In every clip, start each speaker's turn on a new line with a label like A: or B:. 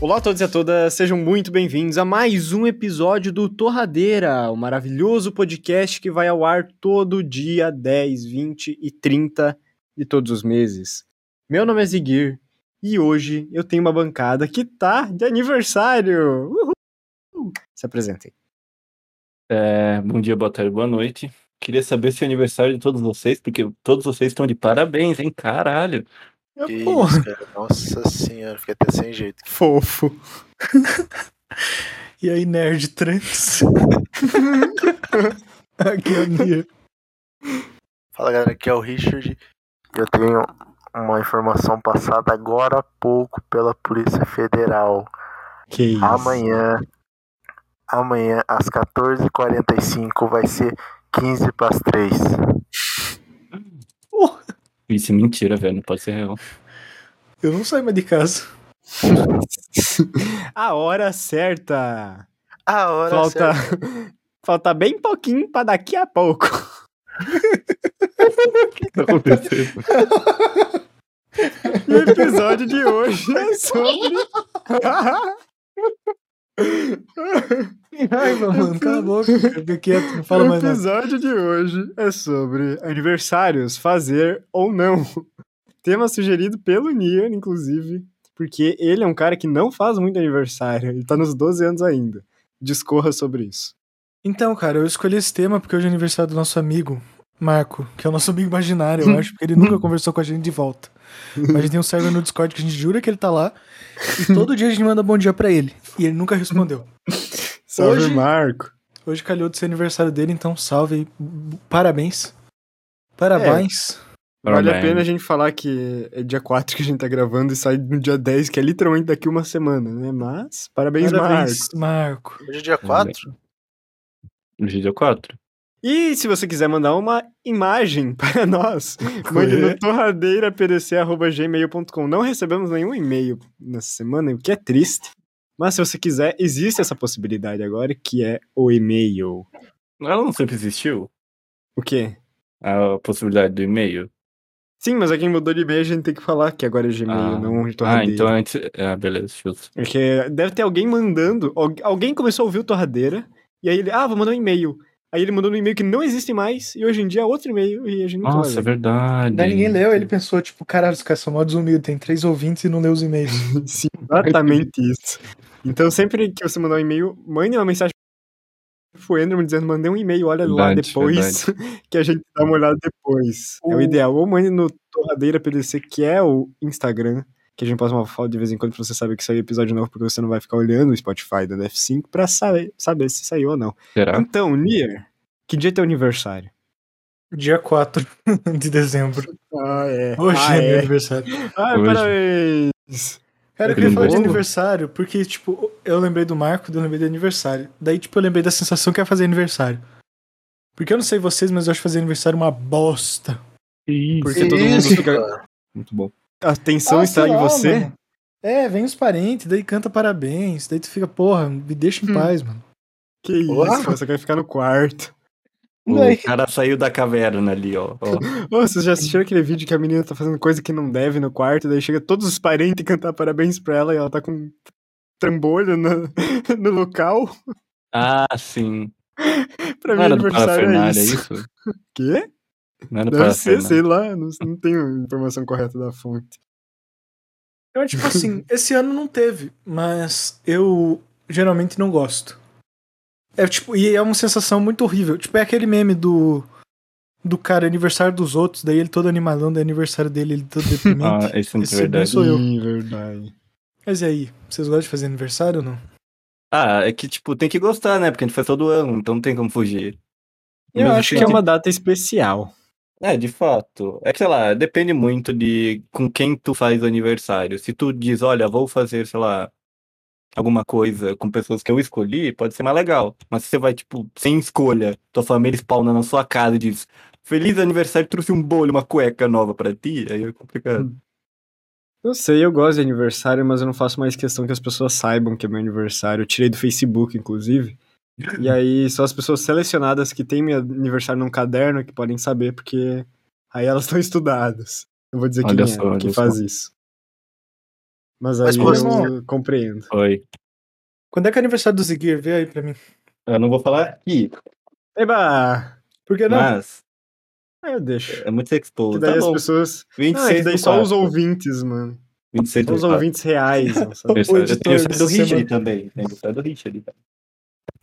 A: Olá a todos e a todas, sejam muito bem-vindos a mais um episódio do Torradeira, o maravilhoso podcast que vai ao ar todo dia 10, 20 e 30 de todos os meses. Meu nome é Ziguir e hoje eu tenho uma bancada que tá de aniversário. Uhul! Se apresentem.
B: É, bom dia, boa tarde, boa noite. Queria saber se é aniversário de todos vocês, porque todos vocês estão de parabéns, hein? Caralho.
C: Que
A: É,
C: isso,
A: Porra.
C: cara. Nossa senhora, fiquei até sem jeito.
A: Fofo. e aí, nerd trans? Aqui é o Nier.
C: Fala galera, aqui é o Richard. Eu tenho uma informação passada agora há pouco pela Polícia Federal.
A: Que isso.
C: Amanhã, amanhã às 14h45 vai ser 15 para as 3.
B: Isso é mentira, velho. Não pode ser real.
D: Eu não saio mais de casa.
A: A hora certa.
C: A Ah, hora
A: Falta,
C: certa.
A: falta bem pouquinho pra daqui a pouco.
B: Tá acontecendo.
A: E o episódio de hoje é sobre.
D: Que raiva, mano. tá Cala a boca. Fica quieto, não fala
A: o
D: mais um. nada.
A: episódio de hoje é sobre aniversários, fazer ou não. Tema sugerido pelo Nier, inclusive, porque ele é um cara que não faz muito aniversário, ele tá nos 12 anos ainda. Discorra sobre isso.
D: Então, cara, eu escolhi esse tema porque hoje é aniversário do nosso amigo, Marco, que é o nosso amigo imaginário, eu acho, porque ele nunca conversou com a gente de volta. Mas a gente tem um server no Discord que a gente jura que ele tá lá. E todo dia a gente manda bom dia pra ele. E ele nunca respondeu.
A: Salve,
D: Hoje-
A: Marco.
D: Hoje calhou de ser aniversário dele, então salve aí. B- Parabéns. Parabéns.
A: Vale a pena a gente falar que é dia 4 que a gente tá gravando e sai no dia 10, que é literalmente daqui uma semana, né? Mas, parabéns, Marco.
D: Parabéns, Marco.
C: Hoje é dia 4?
B: Hoje é dia 4.
A: E se você quiser mandar uma imagem para nós, mande no torradeirapdc.gmail.com. Não recebemos nenhum e-mail nessa semana, o que é triste. Mas se você quiser, existe essa possibilidade agora, que é o e-mail.
B: Ela não sempre existiu?
A: O quê?
B: A possibilidade do e-mail?
A: Sim, mas aqui mudou de e-mail, a gente tem que falar que agora é Gmail,
B: Ah.
A: não
B: Ah,
A: torradeira.
B: então antes. Ah, beleza, chuta.
A: Porque deve ter alguém mandando. al- Alguém começou a ouvir o Torradeira, e aí ele, ah, vou mandar um e-mail. Aí ele mandou um e-mail que não existe mais, e hoje em dia é outro e-mail, e a gente não né?
B: Nossa, é verdade.
D: Daí ninguém leu, ele pensou, tipo, caralho, os caras são mó desumildes, tem três ouvintes e não leu os e-mails.
A: Sim, exatamente isso. Então, sempre que você mandar um e-mail, mande uma mensagem pro Andrew dizendo: mandei um e-mail, olha lá
B: Verdade,
A: depois, que a gente dá uma olhada depois. É o
D: O-
A: ideal. Ou mande no Torradeira PDC, que é o Instagram, que a gente posta uma foto de vez em quando pra você saber que saiu episódio novo, porque você não vai ficar olhando o Spotify da DF5 pra saber, saber se saiu ou não.
B: Será?
A: Então, Nier, que dia é teu aniversário?
D: Dia 4 de dezembro.
A: Ah, é.
D: Hoje
A: ah,
D: é meu
A: é.
D: aniversário.
A: Ah,
B: Hoje.
A: parabéns.
D: Cara,
B: É
D: eu queria falar de
A: bolo?
D: aniversário, porque, tipo, eu lembrei do Marco, daí eu lembrei de aniversário. Daí, tipo, eu lembrei da sensação que é fazer aniversário. Porque eu não sei vocês, mas eu acho fazer aniversário uma bosta.
B: Isso.
A: Porque todo mundo
C: Isso,
A: fica-
C: cara.
B: Muito bom.
A: A atenção
D: Ah,
A: está
D: sei
A: em
D: lá,
A: você.
D: mano. É, vem os parentes, daí canta parabéns, daí tu fica, porra, me deixa em
A: Hum.
D: paz, mano.
A: Que isso,
C: Olá.
A: você quer ficar no quarto.
B: O cara saiu da caverna ali, ó. ó.
A: Ô, vocês já assistiram aquele vídeo que a menina tá fazendo coisa que não deve no quarto, daí chega todos os parentes cantar parabéns pra ela e ela tá com um trambolho no, no local?
B: Ah, sim.
A: Pra
B: Não
A: mim,
B: era do
A: aniversário é
B: Parafernália, é
A: isso.
B: isso?
A: Quê?
B: Não era do
A: Deve ser,
B: Parafernália.
A: sei lá, não, não tenho informação correta da fonte.
D: Então, tipo assim, esse ano não teve, mas eu geralmente não gosto. É tipo, e é uma sensação muito horrível. Tipo, é aquele meme do do cara aniversário dos outros, daí ele todo animalão, daí é aniversário dele, ele todo deprimente.
B: Ah, isso é muito
D: Esse
B: verdade.
D: Sou eu.
A: Ih, verdade.
D: Mas e aí, vocês gostam de fazer aniversário ou não?
B: Ah, é que, tipo, tem que gostar, né? Porque a gente faz todo ano, então não tem como fugir.
A: Eu
B: Mas,
A: acho
B: assim,
A: que é uma data especial.
B: É, de fato. É que, sei lá, depende muito de com quem tu faz o aniversário. Se tu diz, olha, vou fazer, sei lá, alguma coisa com pessoas que eu escolhi, pode ser mais legal. Mas se você vai, tipo, sem escolha, tua família spawna na sua casa e diz, feliz aniversário, trouxe um bolo, e uma cueca nova pra ti, aí é complicado.
A: Não sei, eu gosto de aniversário, mas eu não faço mais questão que as pessoas saibam que é meu aniversário. Eu tirei do Facebook, inclusive. E aí, só as pessoas selecionadas que têm meu aniversário num caderno que podem saber, porque aí elas estão estudadas. Eu vou dizer
B: Olha
A: quem
B: só,
A: é,
B: olha
A: que
B: só.
A: faz isso. Mas,
C: Mas
A: aí
C: pô,
A: eu compreendo.
B: Oi.
D: Quando é que é aniversário do Ziguir? Vê aí pra mim.
B: Eu não vou falar aqui,
A: Eba!
D: Por que não? é
B: mas
A: Aí eu deixo.
B: é muito
A: Que
B: exposto.
A: daí
B: Tá
A: as
B: bom.
A: pessoas. Ah,
B: 26
A: que daí
B: do
A: só os
B: 4.
A: ouvintes, mano.
B: 26
A: Só
B: do
A: os
B: 4.
A: ouvintes reais. não sabe?
B: Eu, eu tenho o é
D: editor
B: do
D: dessa
B: Richard
D: semana.
B: também. Tem o site do Richard. cara.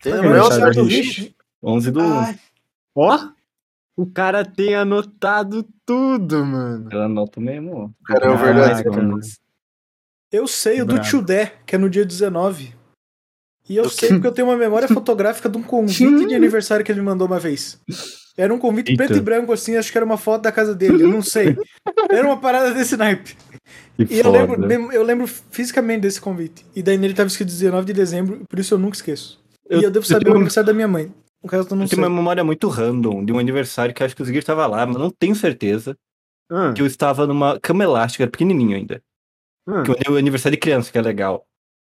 C: Tem
A: Não,
C: o
A: não,
C: meu,
A: Richard,
C: certo?
A: Richard.
B: 11 do
D: Ah,
B: 1.
A: Ó! O cara tem anotado tudo, mano.
B: Ela anota mesmo. ó.
C: Cara, é o
A: verdade,
B: Ah,
A: cara.
B: mas-
D: Eu sei, o do
A: Brabo.
D: Tildé, que é no dia 19. E eu
C: Do
D: sei porque eu tenho uma memória fotográfica de um convite de aniversário que ele me mandou uma vez. Era um convite
B: Eita.
D: preto e branco, assim, acho que era uma foto da casa dele, eu não sei. Era uma parada desse naipe.
B: que
D: E eu
B: foda.
D: lembro, mesmo- eu lembro fisicamente desse convite. E daí nele tava escrito 19 de dezembro, por isso eu nunca esqueço.
B: Eu-
D: e eu devo
B: eu
D: saber
B: tenho
D: o
B: uma-
D: aniversário da minha mãe. O resto eu não
B: Eu
D: sei.
B: tenho uma memória muito random de um aniversário que eu acho que o Ziggy estava lá, mas não tenho certeza.
A: Ah,
B: Que eu estava numa cama elástica, pequenininho ainda.
A: ah.
B: Que eu- o aniversário de criança, que é legal.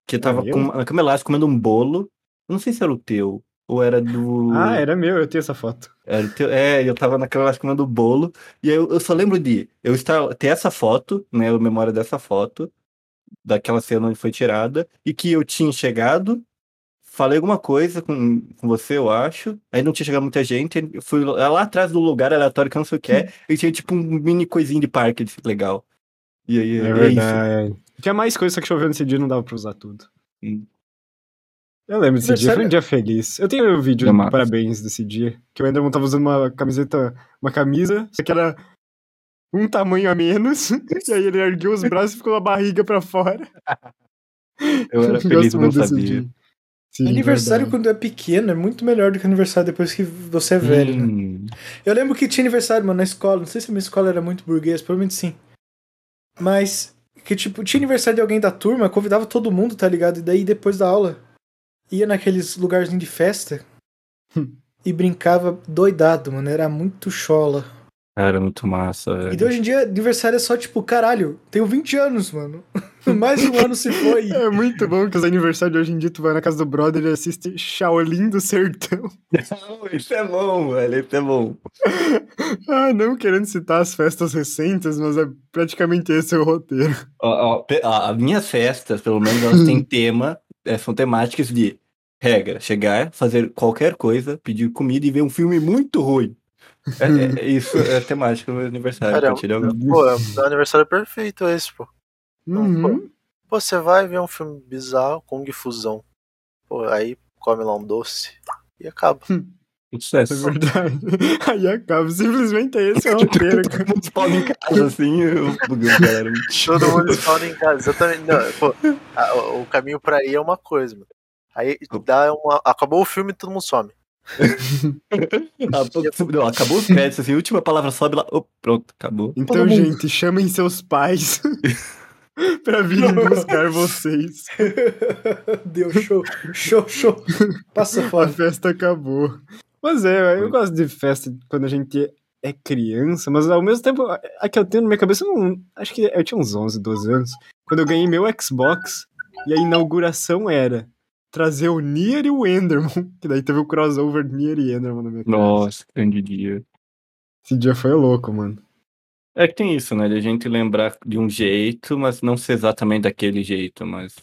B: Que eu tava
A: Ah, eu?
B: com uma cama elástica comendo um bolo. Eu Não sei se era o teu. Ou era do.
A: Ah, era meu, eu tenho essa foto.
B: Era o teu- É, eu tava na cama elástica comendo bolo. E aí eu, eu só lembro de eu estar, ter essa foto, né? A memória dessa foto, daquela cena onde foi tirada, e que eu tinha chegado, falei alguma coisa com, com você, eu acho. Aí não tinha chegado muita gente, aí eu fui lá lá atrás do lugar aleatório que eu não sei o que é, e tinha tipo um mini coisinho de parque de- legal. E aí é, isso.
A: Tinha mais coisa, só que choveu nesse dia não dava pra usar tudo.
B: Hum.
A: Eu lembro desse dia, foi um
D: Aniversário-
A: dia feliz. Eu tenho o vídeo
B: É
A: de
B: massa.
A: parabéns desse dia, que eu ainda não tava usando uma camiseta, uma camisa, só que era um tamanho a menos, e aí ele ergueu os braços e ficou a barriga pra fora.
B: Eu era feliz,
A: gosto
B: não
A: muito desse
B: sabia.
A: dia. Sim,
D: Aniversário
A: verdade.
D: quando é pequeno é muito melhor do que aniversário depois que você é velho, né?
B: Hum,
D: Eu lembro que tinha aniversário, mano, na escola. Não sei se a minha escola era muito burguesa, provavelmente sim. Mas que, tipo, tinha aniversário de alguém da turma, convidava todo mundo, tá ligado? E daí, depois da aula, ia naqueles lugarzinhos de festa e brincava doidado, mano. Era muito chola.
B: cara, muito massa.
D: E
B: velho.
D: de hoje em dia, aniversário é só, tipo, caralho, tenho 20 anos, mano. Mais um ano se foi.
A: É muito bom que os aniversários de hoje em dia tu vai na casa do brother e assiste Shaolin do Sertão.
B: Não, Isso é bom, velho. Isso é bom.
A: Ah, não querendo citar as festas recentes, mas é praticamente esse o roteiro.
B: Ó, ó, pe- ó, as minhas festas, pelo menos, elas têm tema, eh, são temáticas de regra, chegar, fazer qualquer coisa, pedir comida e ver um filme muito ruim. É, é- isso é a temática do meu aniversário. a
C: Cara,
B: partir de agora.
C: Pô, é um aniversário perfeito esse, pô.
A: Uhum.
C: Pô, você vai ver um filme bizarro, Kung Fusão. Pô, aí come lá um doce e acaba.
A: É
B: Sucesso.
A: verdade. Aí acaba. Simplesmente esse é o roteiro. cara.
B: tá Todo mundo palma em casa, assim, eu, galera.
C: Todo mundo fala em casa, exatamente. Não, pô, a- o- o caminho pra ir é uma coisa, mano. Aí dá uma. Acabou o filme e todo mundo some.
B: Ah, pô, não, acabou os créditos, assim, a última palavra sobe lá. ô, pronto, acabou.
A: Então, gente, chamem seus pais pra virem buscar vocês.
D: Deu show, show, show. Passa
A: A
D: fora.
A: festa acabou. Mas é, eu gosto de festa quando a gente é criança, mas ao mesmo tempo, a- a que eu tenho na minha cabeça, eu não, acho que eu tinha uns 11, 12 anos, quando eu ganhei meu Xbox e a inauguração era trazer o Nier e o Enderman, que daí teve o crossover Nier e Enderman no meu caso.
B: Nossa, grande dia.
A: Esse dia foi louco, mano.
B: É que tem isso, né? De a gente lembrar de um jeito, mas não ser exatamente daquele jeito, mas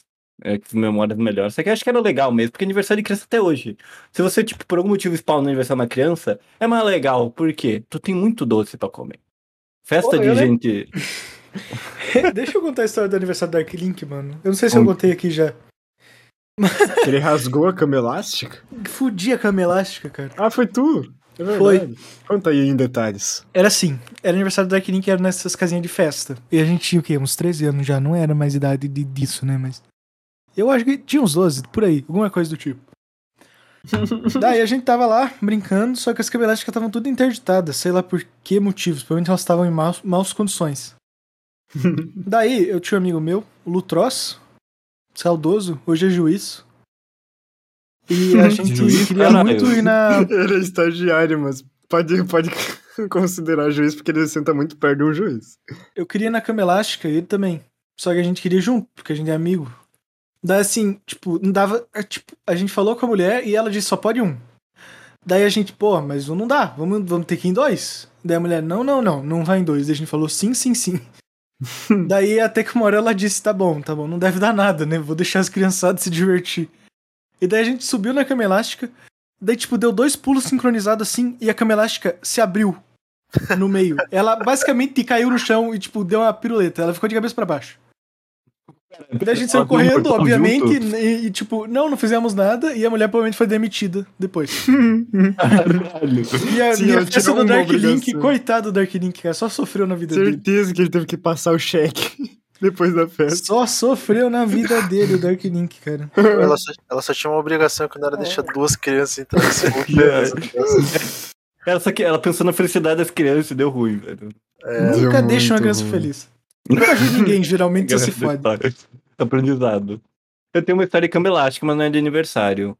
B: é que memórias melhores. Só que eu acho que era legal mesmo, porque é aniversário de criança até hoje. Se você, tipo, por algum motivo spawna no aniversário de uma criança, é mais legal, porque tu tem muito doce pra comer. Festa
D: Pô,
B: de
D: eu lem-
B: gente.
D: Deixa eu contar a história do aniversário do Arklink, mano. Eu não sei se eu
B: Conta.
D: contei aqui já.
A: Ele rasgou a cama elástica?
D: Fudi a cama elástica, cara.
A: Ah, foi tu? É
D: Foi.
A: verdade. Conta aí em detalhes.
D: Era assim, era aniversário do Arklink, era nessas casinhas de festa. E a gente tinha o quê? Uns 13 anos já, não era mais idade de- disso, né? Mas. Eu acho que tinha uns 12, por aí, alguma coisa do tipo. Daí a gente tava lá brincando, só que as cama elásticas estavam tudo interditadas, sei lá por que motivos, provavelmente elas estavam em maus, maus condições. Daí eu tinha um amigo meu, o Lutroz, saudoso, hoje é juiz. E a gente
B: Juiz,
D: queria
B: caralho.
D: muito ir na
A: Ele é estagiário, mas pode, pode considerar juiz porque ele senta muito perto de um juiz.
D: Eu queria ir na cama elástica, ele também. Só que a gente queria ir junto, porque a gente é amigo. Daí assim, tipo, não dava. é, Tipo, a gente falou com a mulher e ela disse só pode um. Daí a gente, pô, mas um não dá, vamos, vamos ter que ir em dois. Daí a mulher, não, não, não, não vai em dois. Daí a gente falou sim, sim, sim. Daí até que uma hora ela disse, tá bom, tá bom, não deve dar nada, né? Vou deixar as criançadas se divertir. E daí a gente subiu na cama elástica, daí tipo, deu dois pulos sincronizados assim, e a cama elástica se abriu no meio. Ela basicamente caiu no chão e tipo, deu uma piruleta, ela ficou de cabeça pra baixo. Daí a gente saiu
E: Ela deu um
D: correndo,
E: portão
D: obviamente,
E: junto.
D: e, e, tipo, não, não fizemos nada, e a mulher provavelmente foi demitida depois.
E: Caralho.
D: E a
A: Sim,
D: minha
A: ela
D: peça
A: tirou
D: do
A: uma
D: Dark Link,
A: obrigação.
D: coitado do Dark Link, cara, só sofreu na vida dele.
A: Certeza que ele teve que passar o cheque depois da festa.
D: Só sofreu na vida dele o Dark Link, cara.
C: Ela só, ela só tinha uma obrigação que não era deixar duas crianças entrar nesse mundo.
B: É.
C: Essa criança-
B: Ela, só que, ela pensou na felicidade das crianças e deu ruim, velho.
C: É,
A: Deu
D: Nunca deixa uma
A: muito
D: criança
A: ruim.
D: feliz. Nunca ajuda ninguém, geralmente só se
B: Engraçada
D: fode.
B: história. Aprendizado. Eu tenho uma história de cama elástica, mas não é de aniversário.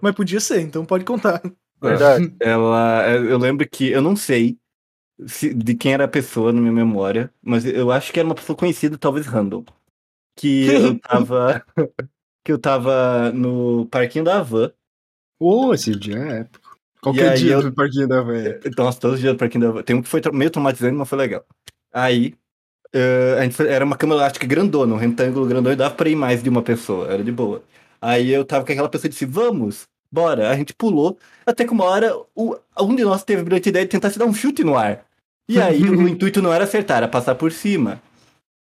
D: Mas podia ser, então pode contar. é
C: verdade.
B: Ela, é, eu lembro que eu não sei se- de quem era a pessoa na minha memória, mas eu acho que era uma pessoa conhecida, talvez Randall, que eu tava que eu tava no parquinho da Havan.
A: Ô, esse dia é épico. Qualquer
B: aí
A: dia
B: eu-
A: do parquinho da véia.
B: Nossa, todos os dias do parquinho da Havan. Tem um que foi tra- meio traumatizante, mas foi legal. Aí eh, a gente foi- era uma cama elástica grandona, um retângulo grandão e dava pra ir mais de uma pessoa, era de boa. Aí eu tava com aquela pessoa e disse: "Vamos, bora". A gente pulou, até que uma hora o- um de nós teve a brilhante ideia de tentar se dar um chute no ar. E aí o intuito não era acertar, era passar por cima.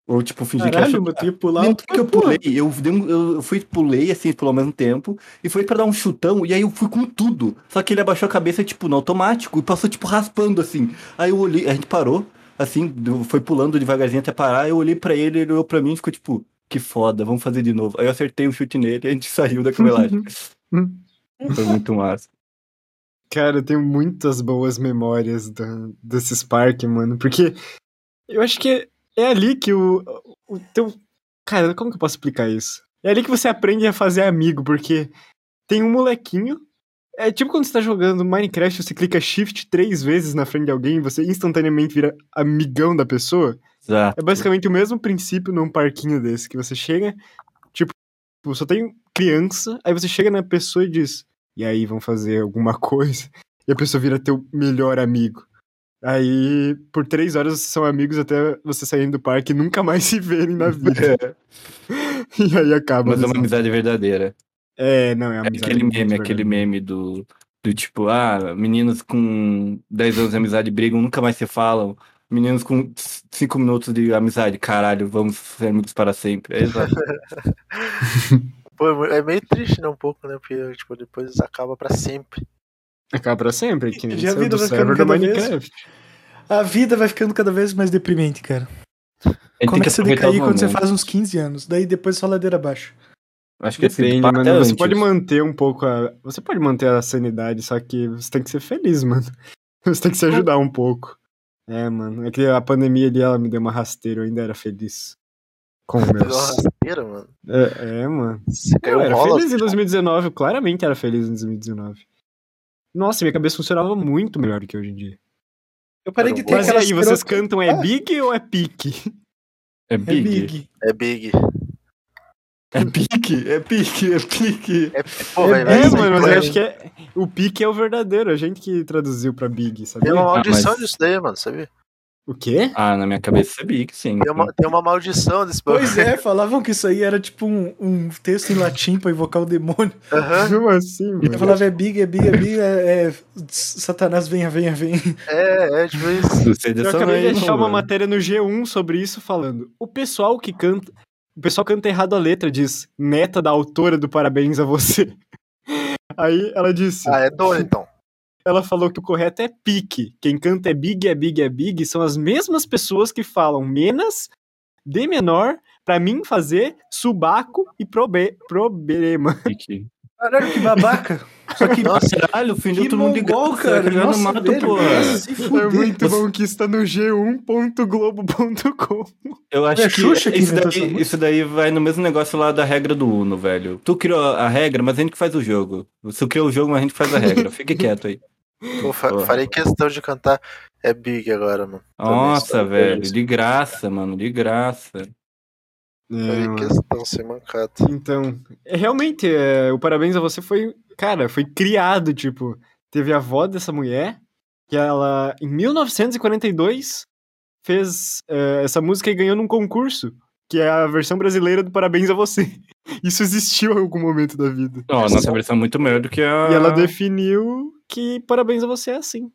B: Ou tipo fingir que
D: Caralho,
B: achou...
D: meu tempo lá.
B: Não, porque eu pulei, eu, dei um- eu- eu fui pulei assim, pulou ao mesmo tempo, e foi pra dar um chutão, e aí eu fui com tudo. Só que ele abaixou a cabeça, tipo, no automático, e passou, tipo, raspando assim. Aí eu olhei, a gente parou, assim, do- foi pulando devagarzinho até parar, eu olhei pra ele, ele olhou pra mim e ficou tipo, que foda, vamos fazer de novo. Aí eu acertei um chute nele e a gente saiu da camelagem. foi muito massa.
A: Cara, eu tenho muitas boas memórias da- desses parques, mano. Porque eu acho que é, é ali que o, o teu. Cara, como que eu posso explicar isso? É ali que você aprende a fazer amigo, porque tem um molequinho. É tipo quando você tá jogando Minecraft, você clica Shift três vezes na frente de alguém e você instantaneamente vira amigão da pessoa.
B: Exato.
A: É basicamente o mesmo princípio num parquinho desse, que você chega, tipo, só tem criança, aí você chega na pessoa e diz, e aí, vão fazer alguma coisa? E a pessoa vira teu melhor amigo. Aí, por três horas, vocês são amigos até você saírem do parque e nunca mais se verem na vida. e aí acaba.
B: Mas é uma
A: assim.
B: amizade verdadeira.
A: É, não, é
B: É
A: amizade.
B: aquele
A: muito
B: meme,
A: verdadeira.
B: aquele meme do, do tipo, ah, meninos com 10 anos de amizade brigam, nunca mais se falam. Meninos com 5 minutos de amizade, caralho, vamos ser amigos para sempre. É exato.
C: Pô, é mu- é meio triste, né? Um pouco, né? Porque tipo, depois acaba pra sempre.
A: Acaba pra sempre, que nem
D: Já
A: seu
D: vi,
A: do
D: vai ficando
A: server do
D: cada vez.
A: Minecraft.
D: A vida vai ficando cada vez mais deprimente, cara.
B: A gente tem que
D: Começa a
B: aproveitar os
D: decair quando é você
B: momentos.
D: faz uns 15 anos. Daí depois só ladeira abaixo.
B: Acho que esse
A: Depende,
B: pá- é
A: mano. Você
B: antes.
A: pode manter um pouco a. Você pode manter a sanidade, só que você tem que ser feliz, mano. Você tem que se ajudar um pouco. É, mano. É que a pandemia ali, ela me deu uma rasteira, eu ainda era feliz. Com
C: Pegou uma
A: meus.
C: rasteira, mano.
A: É, é, mano.
C: Você
A: Eu,
C: caiu um
A: era
C: bola.
A: é
C: assim, né?
A: feliz em 2019, eu claramente era feliz em 2019. Nossa, minha cabeça funcionava muito melhor do que hoje em dia.
D: Eu parei de ter
A: Mas e
D: aquelas
A: aí, vocês
D: pirou-
A: cantam é
D: Ah.
A: big ou é pique?
B: É
D: É
B: big.
D: big.
C: É big.
B: É pique, é pique, é pique.
C: É, pô,
D: É
C: velho,
A: É,
C: mas-
A: mano, mas eu
C: é-
A: acho que é. O pique é o verdadeiro, a gente que traduziu pra big,
C: Tem
A: sabia?
C: uma maldição
B: mas-
C: disso daí, mano, sabia?
A: O quê?
B: Ah, na minha cabeça é big, sim.
C: Tem uma, tem uma maldição desse bagulho.
D: Pois é, falavam que isso aí era tipo um, um texto em latim pra invocar o demônio.
C: Aham,
A: Como assim, mano?
C: Então,
D: Eu falava é big, é big, é big, é, é- Satanás, venha, venha, venha.
C: é, é tipo isso.
B: Você
A: Eu
B: dessa
A: acabei
B: vez,
A: de achar
B: mano.
A: uma matéria no G1 sobre isso falando. O pessoal que canta. O pessoal canta errado a letra, diz neta da autora do parabéns a você. Aí ela disse.
C: Ah, é dono então.
A: Ela falou que o correto é pique. Quem canta é big, é big, é big. São as mesmas pessoas que falam menos, D menor, pra mim fazer, subaco e probe, problema.
B: Pique.
D: Caralho, que babaca. Só que
C: Nossa,
B: Caralho, fingiu
D: que
B: todo mundo de
D: mongol,
B: graça,
D: cara.
B: já no
D: Nossa,
B: mato,
D: velho,
B: porra.
D: vai se
A: É
D: fuder.
A: muito bom que está no g1.globo.com.
B: Eu acho
D: É
B: que,
D: Xuxa que
B: isso,
D: inventou essa
B: daí,
D: música?
B: isso daí vai no mesmo negócio lá da regra do Uno, velho. Tu criou a regra, mas a gente que faz o jogo. Você criou o jogo, mas a gente faz a regra. Fique quieto aí.
C: eu fa-
B: Porra.
C: farei questão de cantar é big agora, mano. Também
B: Nossa,
C: sou-
B: velho. De graça, mano. De graça.
C: Farei
A: Hum.
C: questão sem mancada.
A: Então, é, realmente, é, o Parabéns a Você foi, cara, foi criado, tipo, teve a avó dessa mulher, que ela, em 1942, fez é, essa música e ganhou num concurso, que é a versão brasileira do Parabéns a Você. Isso existiu em algum momento da vida.
B: Ó, a nossa versão é muito melhor do que a.
A: E ela definiu que Parabéns a Você é assim.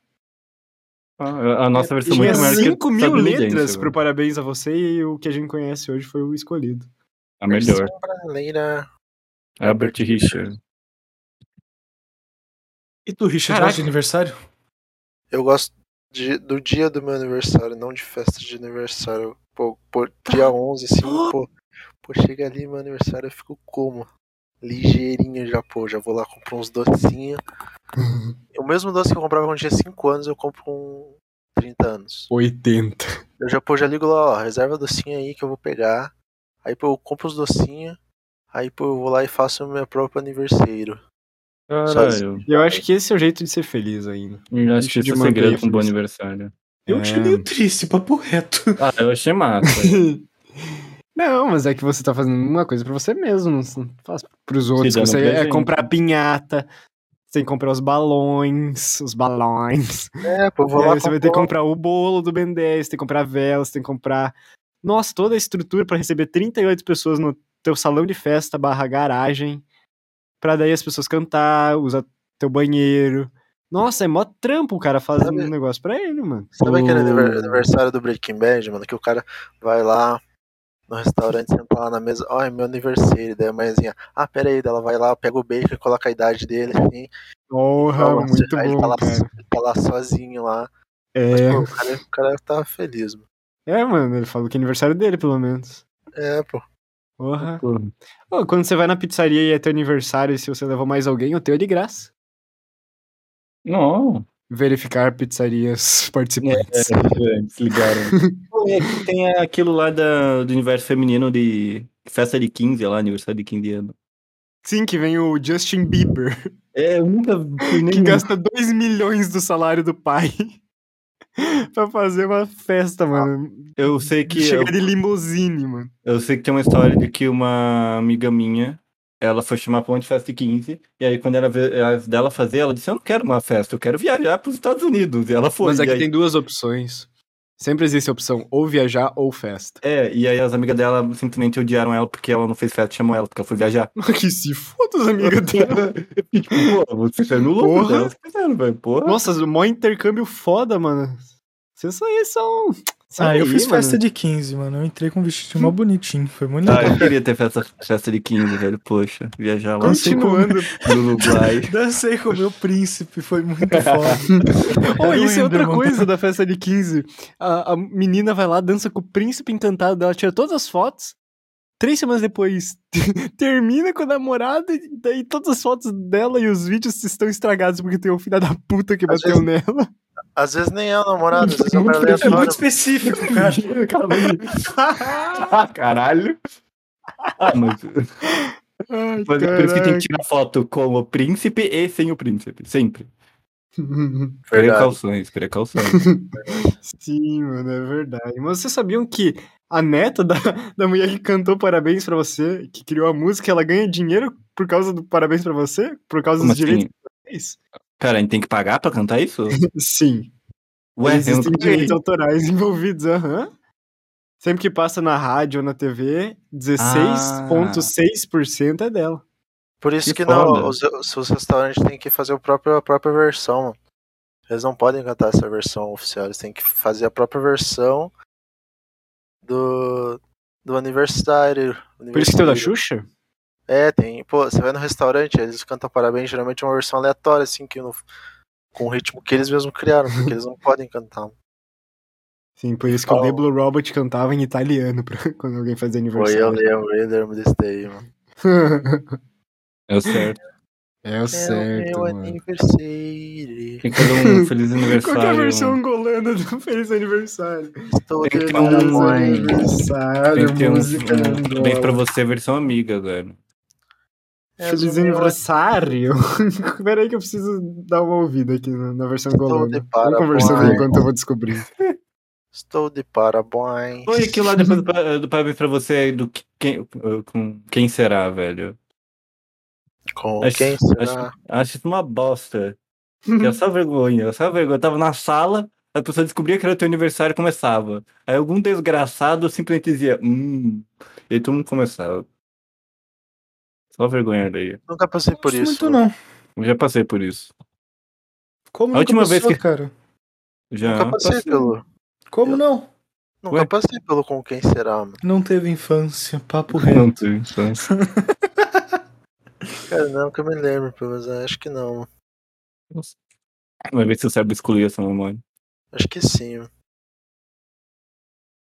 B: A a nossa versão é
A: Tinha
B: muito melhor do que a
A: 5 mil
B: estadunidense,
A: letras
B: velho.
A: pro Parabéns a Você e o que a gente conhece hoje foi o escolhido.
B: A melhor.
C: Brasileira.
B: Albert Richard.
D: E tu, Richard,
B: Caraca.
D: gosta de aniversário?
C: Eu gosto de- do dia do meu aniversário, não de festa de aniversário. Pô, pô, dia 11, assim, pô, pô, chega ali meu aniversário, eu fico como? Ligeirinho já, pô, já vou lá comprar uns docinhos. o mesmo doce que eu comprava quando tinha 5 anos, eu compro com 30 anos.
A: 80.
C: Eu já, pô, já ligo lá, ó, reserva docinho aí que eu vou pegar. Aí, pô, eu compro os docinhos. Aí, pô, eu vou lá e faço o meu próprio aniversário.
B: Caralho.
A: Eu acho que esse é o jeito de ser feliz ainda.
B: Eu acho que
A: Deixa
B: esse é
A: de
B: o
A: manter
B: segredo
A: a
B: com um bom
A: felicidade.
B: aniversário.
D: Eu
A: É.
D: achei meio triste, papo reto.
B: Ah, eu achei massa.
A: Não, mas é que você tá fazendo uma coisa pra você mesmo, não se- não faz pros outros.
B: dando
A: Você é
B: presente.
A: comprar pinhata, você tem que comprar os balões, os balões.
C: É, pô, eu vou
A: E
C: lá
A: aí você vai ter que
C: compro-
A: comprar o bolo do Ben 10, tem que comprar velas, tem que comprar. Nossa, toda a estrutura pra receber 38 pessoas no teu salão de festa barra garagem. Pra daí as pessoas cantar, usar teu banheiro. Nossa, é mó trampo o cara fazer
C: Sabe-
A: um negócio pra ele, mano.
C: Sabe aquele
A: O-
C: aniver- aniversário do Breaking Bad, mano? Que o cara vai lá no restaurante, senta lá na mesa, ó, é meu aniversário, daí a mãezinha, ah, pera aí, daí ela vai lá, pega o bacon, coloca a idade dele, assim,
A: Porra,
C: Nossa,
A: muito
C: aí
A: bom,
C: fala-
A: cara.
C: tá lá sozinho lá. Mas,
A: É,
C: pô, o cara, o cara tá feliz, mano.
A: é, mano, ele falou que é aniversário dele, pelo menos.
C: É, pô.
A: Porra.
B: Porra.
A: Ô, quando você vai na pizzaria e é teu aniversário, e se você levou mais alguém, o teu é de graça.
B: Não.
A: Verificar pizzarias
B: É,
A: participantes. é,
B: Desligaram. é Tem aquilo lá da- do universo feminino de festa de 15 lá, aniversário de 15 anos.
A: Sim, que vem o Justin Bieber,
B: É, eu nunca fui
A: que
B: nem
A: gasta 2 milhões do salário do pai pra fazer uma festa, mano.
B: Eu sei que eu,
A: Chega de limusine, mano.
B: eu sei que tem uma história de que uma amiga minha, ela foi chamar pra uma de festa de 15, e aí quando ela vê- as dela fazer, ela disse: "Eu não quero uma festa, eu quero viajar pros Estados Unidos". E ela foi.
A: Mas
B: e
A: aqui
B: aí,
A: tem duas opções. Sempre existe a opção ou viajar ou festa.
B: É, e aí as amigas dela simplesmente odiaram ela porque ela não fez festa, chamou ela porque ela foi viajar.
A: que se foda os amigos dele.
B: E, tipo, pô, você tá no louco,
A: Porra.
B: né? Elas fizeram, velho. Porra.
A: Nossa, o maior intercâmbio foda, mano. Vocês aí são.
D: Ah, eu fiz
A: mano.
D: festa de 15, mano. Eu entrei com um vestidinho mó bonitinho. Foi muito
B: Ah,
D: legal.
B: eu queria ter festa, festa de 15, velho. Poxa, viajar lá
A: Continuando.
B: no Uruguai.
D: Dancei com o meu príncipe, foi muito foda.
A: Oh,
D: Eu
A: isso é outra
D: lembro, tá mano.
A: coisa da festa de 15. A, a menina vai lá, dança com o príncipe encantado dela, tira todas as fotos. Três semanas depois, termina com o namorado e daí todas as fotos dela e os vídeos estão estragados porque tem um filho da puta que
C: Às
A: bateu
C: vezes-
A: nela.
C: Às vezes nem é o namorado, às vezes é o cara
D: É muito
C: aleatório.
D: específico, cara.
B: Caralho. Ah, mas, mas
A: Ai,
B: é por isso que tem
A: caraca.
B: que tirar foto com o príncipe e sem o príncipe. Sempre.
C: Verdade.
B: Precauções, precauções.
A: Sim, mano, é verdade. Mas vocês sabiam que a neta da, da mulher que cantou Parabéns pra Você, que criou a música, ela ganha dinheiro por causa do Parabéns pra Você? Por causa
B: Como
A: dos direitos
B: assim?
A: autorais?
B: Cara, a gente tem que pagar pra cantar isso?
A: Sim.
B: Ué, eu
A: Existem
B: não
A: direitos autorais envolvidos, aham. Sempre que passa na rádio ou na TV, 16,6% é dela.
C: Por isso
B: Que
C: que, não,
B: foda.
C: os, os- os restaurantes têm que fazer o próprio, a própria versão, mano. Eles não podem cantar essa versão oficial, eles têm que fazer a própria versão do, do aniversário.
A: Por isso que tem o da
C: aniversário.
A: Xuxa?
C: É, tem. Pô, você vai no restaurante, eles cantam parabéns, geralmente é uma versão aleatória, assim, que não, com o ritmo que eles mesmos criaram, porque eles não podem cantar.
A: Sim, por isso que
C: Oh.
A: o Deblo Robot cantava em italiano pra- quando alguém fazia
C: Foi eu
A: aniversário.
C: lembro, eu lembro desse daí, mano.
B: É o certo.
A: é o certo,
C: é o meu
A: mano.
B: Tem
C: aniversário.
B: que fazer um feliz
A: Qual que é a
B: aniversário.
A: versão angolana do Feliz Aniversário?
C: Estou
B: Tem que
C: de
B: ter um-
C: parabéns.
A: Aniversário,
B: Tem que ter um,
D: é
B: um parabéns pra você, versão amiga, velho.
D: É,
C: És
A: Feliz
C: É o meu
A: Aniversário? Peraí que eu preciso dar uma ouvida aqui na, na versão
C: Estou de
A: angolana. Vamos
C: parabéns.
A: conversando enquanto eu vou descobrir.
C: Estou de parabéns.
B: Oi, aquilo lá depois do, pa- do parabéns pra você do que- quem, com quem será, velho.
C: Com
B: Acho-
C: quem será? Uhum.
B: Acho isso uma bosta. Que É só vergonha, é só vergonha. Eu tava na sala, a pessoa descobria que era teu aniversário e começava. Aí algum desgraçado simplesmente dizia, hum. E aí todo mundo começava. Só vergonha daí.
C: Nunca passei por
D: Não
C: isso.
D: muito,
A: né?
D: não.
B: Eu já passei por isso.
D: Como
B: A
D: nunca
B: última
D: passou,
B: vez que-
D: cara?
B: Já.
D: É,
C: Nunca passei pelo.
D: Como
C: Eu-
D: não?
C: Nunca
B: Ué?
C: passei pelo com quem será, mano.
D: Não teve infância, papo reto.
B: Não tive infância.
C: Cara, não que eu me lembro, pelo menos. né? Acho que não. mano.
B: Vai ver se o cérebro excluiu essa memória.
C: Acho que sim. mano.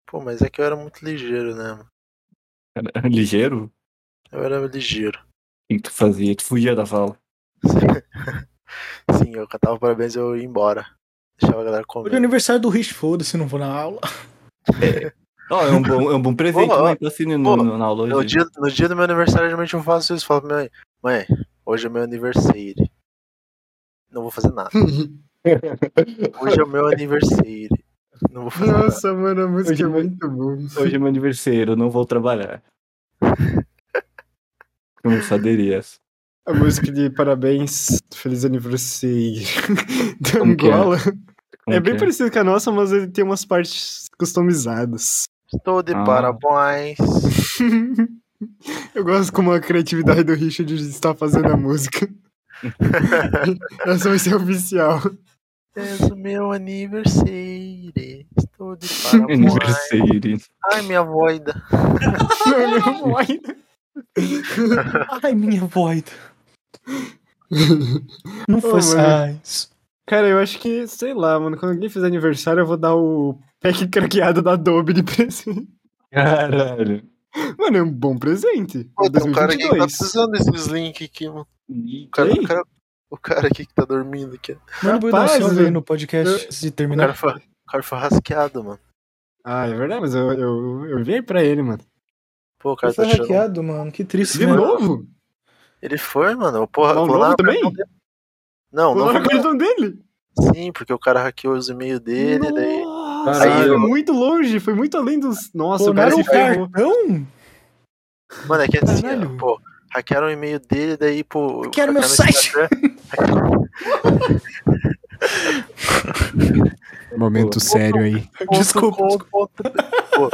C: Pô, mas é que eu era muito ligeiro, né, mano?
B: Cara, era ligeiro? O
C: Eu era ligeiro.
B: que que tu fazia? Tu fugia da sala.
C: Sim, eu cantava parabéns e eu ia embora. Deixava a galera
D: Hoje é
C: comer.
D: aniversário do Rich, foda-se, não vou na aula.
B: Ó, é um bom, é um bom presente,
C: Boa,
B: mãe. Tá assinando
C: boa.
B: no- na aula
C: No
B: hoje.
C: dia, no dia do meu aniversário, geralmente eu faço isso. Falo pra minha mãe, mãe, hoje é meu aniversário. Não vou fazer nada. Hoje é o meu aniversário. Não vou fazer nada.
A: Nossa, mano, a música
B: Hoje
A: é
B: vai-
A: muito boa.
B: Hoje é meu aniversário, eu não vou trabalhar. Começaderia essa.
A: A música de parabéns, feliz aniversário da
B: Como que é?
A: Angola.
B: Como
A: é bem
B: que
A: parecido com a nossa, mas ele tem umas partes customizadas.
C: Estou de
B: Ah.
C: parabéns.
A: Eu gosto como a criatividade do Richard está fazendo a música. Essa vai ser oficial.
C: É o meu aniversário. Estou de parabéns.
B: Aniversário.
C: Ai, minha voida.
A: Não, não, ai.
D: Ai, minha voida. Não
A: Ô,
D: faz
A: mano.
D: mais.
A: Cara, eu acho que, sei lá, mano, quando alguém fizer aniversário, eu vou dar o pack craqueado da Adobe de presente.
B: Caralho.
A: Mano, é um bom presente.
C: Pô, tem um cara aqui que tá
A: 2022.
C: precisando desses links aqui, mano. O cara,
A: Quem?
C: o, cara, o cara aqui que tá dormindo aqui. ó.
D: Manda o
A: Rapaz,
D: Buenação
A: eu-
D: aí no podcast antes de
C: O cara
D: terminar.
C: foi, o cara foi rasqueado, mano.
A: Ah, é verdade, mas eu, eu, eu enviei pra ele, mano.
C: Pô, o cara
D: Ele
C: tá
D: foi
C: tirando.
D: hackeado, mano. Que triste,
A: De
D: né?
A: novo?
C: Ele foi, mano. Porra,
A: Mal
C: clonaram
A: novo
C: o
A: também?
C: cartão dele. Não, não
A: Clonaram
C: foi
A: o cartão então dele?
C: Sim, porque o cara hackeou os e-mails dele, daí.
A: Nossa,
C: Aí
A: foi
C: eu-
A: muito longe, foi muito além dos. Nossa, o um cara
D: Clonaram
A: se
D: o
A: ferrou.
D: um cartão?
C: Mano, é que assim,
D: Caralho.
C: ó, pô, hackearam o e-mail dele, daí, pô.
D: Hackearam meu
C: hackearam o
D: site.
C: Instagram.
A: Momento sério aí.
D: Desculpa,
C: Com- ponto- pô.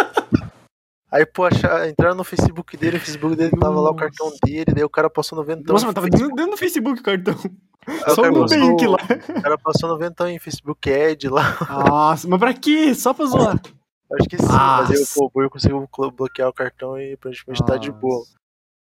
C: Aí, pô, achar- entraram no Facebook dele, o Facebook dele tava lá o cartão dele, daí o cara passou noventão.
A: Nossa, mas tava
C: Aí
A: dentro dentro do Facebook o cartão.
C: É o
A: Só
C: cara
A: o
C: passou-
A: Nubank lá.
C: O cara passou noventão em Facebook Ad lá.
A: Nossa, mas pra quê? Só pra zoar.
C: Eu acho que sim, mas aí eu, pô, eu consigo clo- bloquear o cartão e aparentemente tá de boa.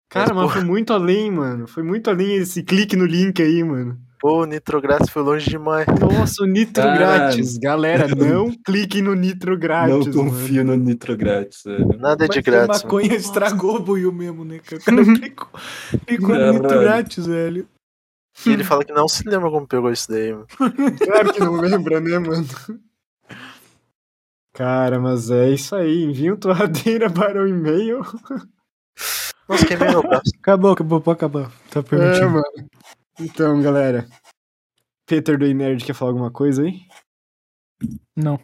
A: Cara, mas
C: porra.
A: foi muito além, mano. Foi muito além esse clique no link aí, mano.
C: Pô, o Nitrográtis foi longe demais.
A: Nossa, o Nitro
B: Caralho.
A: grátis. Galera, não clique no Nitro
B: Não
A: grátis. mano.
B: confio no eh. nitro grátis. velho.
C: Nada é de
D: Mas
C: grátis.
D: A maconha estragou o buio mesmo, né? cara? O cara picou, picou muito
B: Caralho.
D: grátis, velho.
C: mano. E ele fala que não se lembra como pegou isso daí, mano.
A: Claro que não lembra, né, mano? Cara, mas é isso aí. Envia um torradeira para o e-mail.
C: Nossa, quem veio no braço?
D: Acabou, acabou, pode acabar. Tá
A: É,
D: permitido.
A: mano. Então, galera. Peter do Nerd quer falar alguma coisa aí?
D: Não.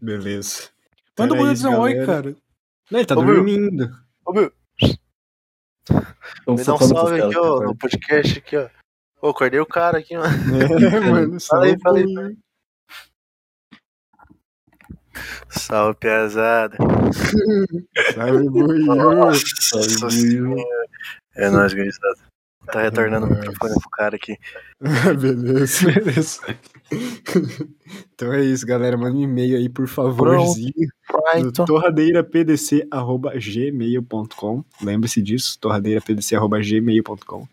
A: Beleza.
D: Manda o
A: Era isso,
D: Buenação oi,
A: galera.
D: cara.
A: Não, ele tá
C: Ô, Will.
A: dormindo.
C: Ô, Bill,
B: Então,
C: me dá um
B: focando no
C: salve
B: tela,
C: aqui, ó,
B: cara.
C: no podcast aqui, ó. Pô, acordei o cara aqui, mano.
A: É, mano.
C: Fala aí,
A: salve.
C: fala aí, Salve, piazada.
A: Salve, boi.
B: Salve,
C: Nossa
B: Will.
C: É nóis, gurizada. Tá retornando o
A: Nossa.
C: microfone pro cara aqui.
A: Beleza.
D: Beleza.
A: Então é isso, galera. Manda um e-mail aí, por favorzinho. no
C: Brighton.
A: torradeirapdc.gmail.com. Lembre-se disso, torradeirapdc.gmail.com.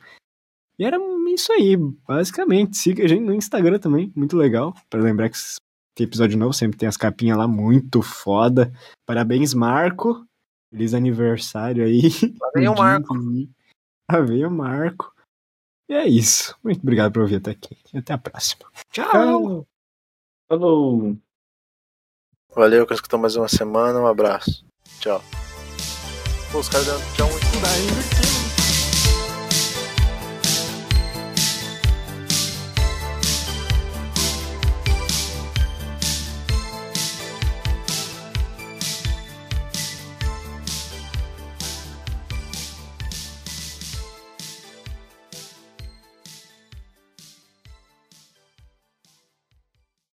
A: E era isso aí, basicamente. Siga a gente no Instagram também, muito legal. Pra lembrar que tem episódio novo, sempre tem as capinhas lá, muito foda. Parabéns, Marco. Feliz aniversário aí.
C: Lá vem o Marco.
A: Lá vem o Marco. E é isso. Muito obrigado por ouvir até aqui. E até a próxima.
D: Ah,
A: Tchau!
B: Falou.
C: Valeu, que escutou mais uma semana. Um abraço. Tchau. Pô, os caras deram tchau muito.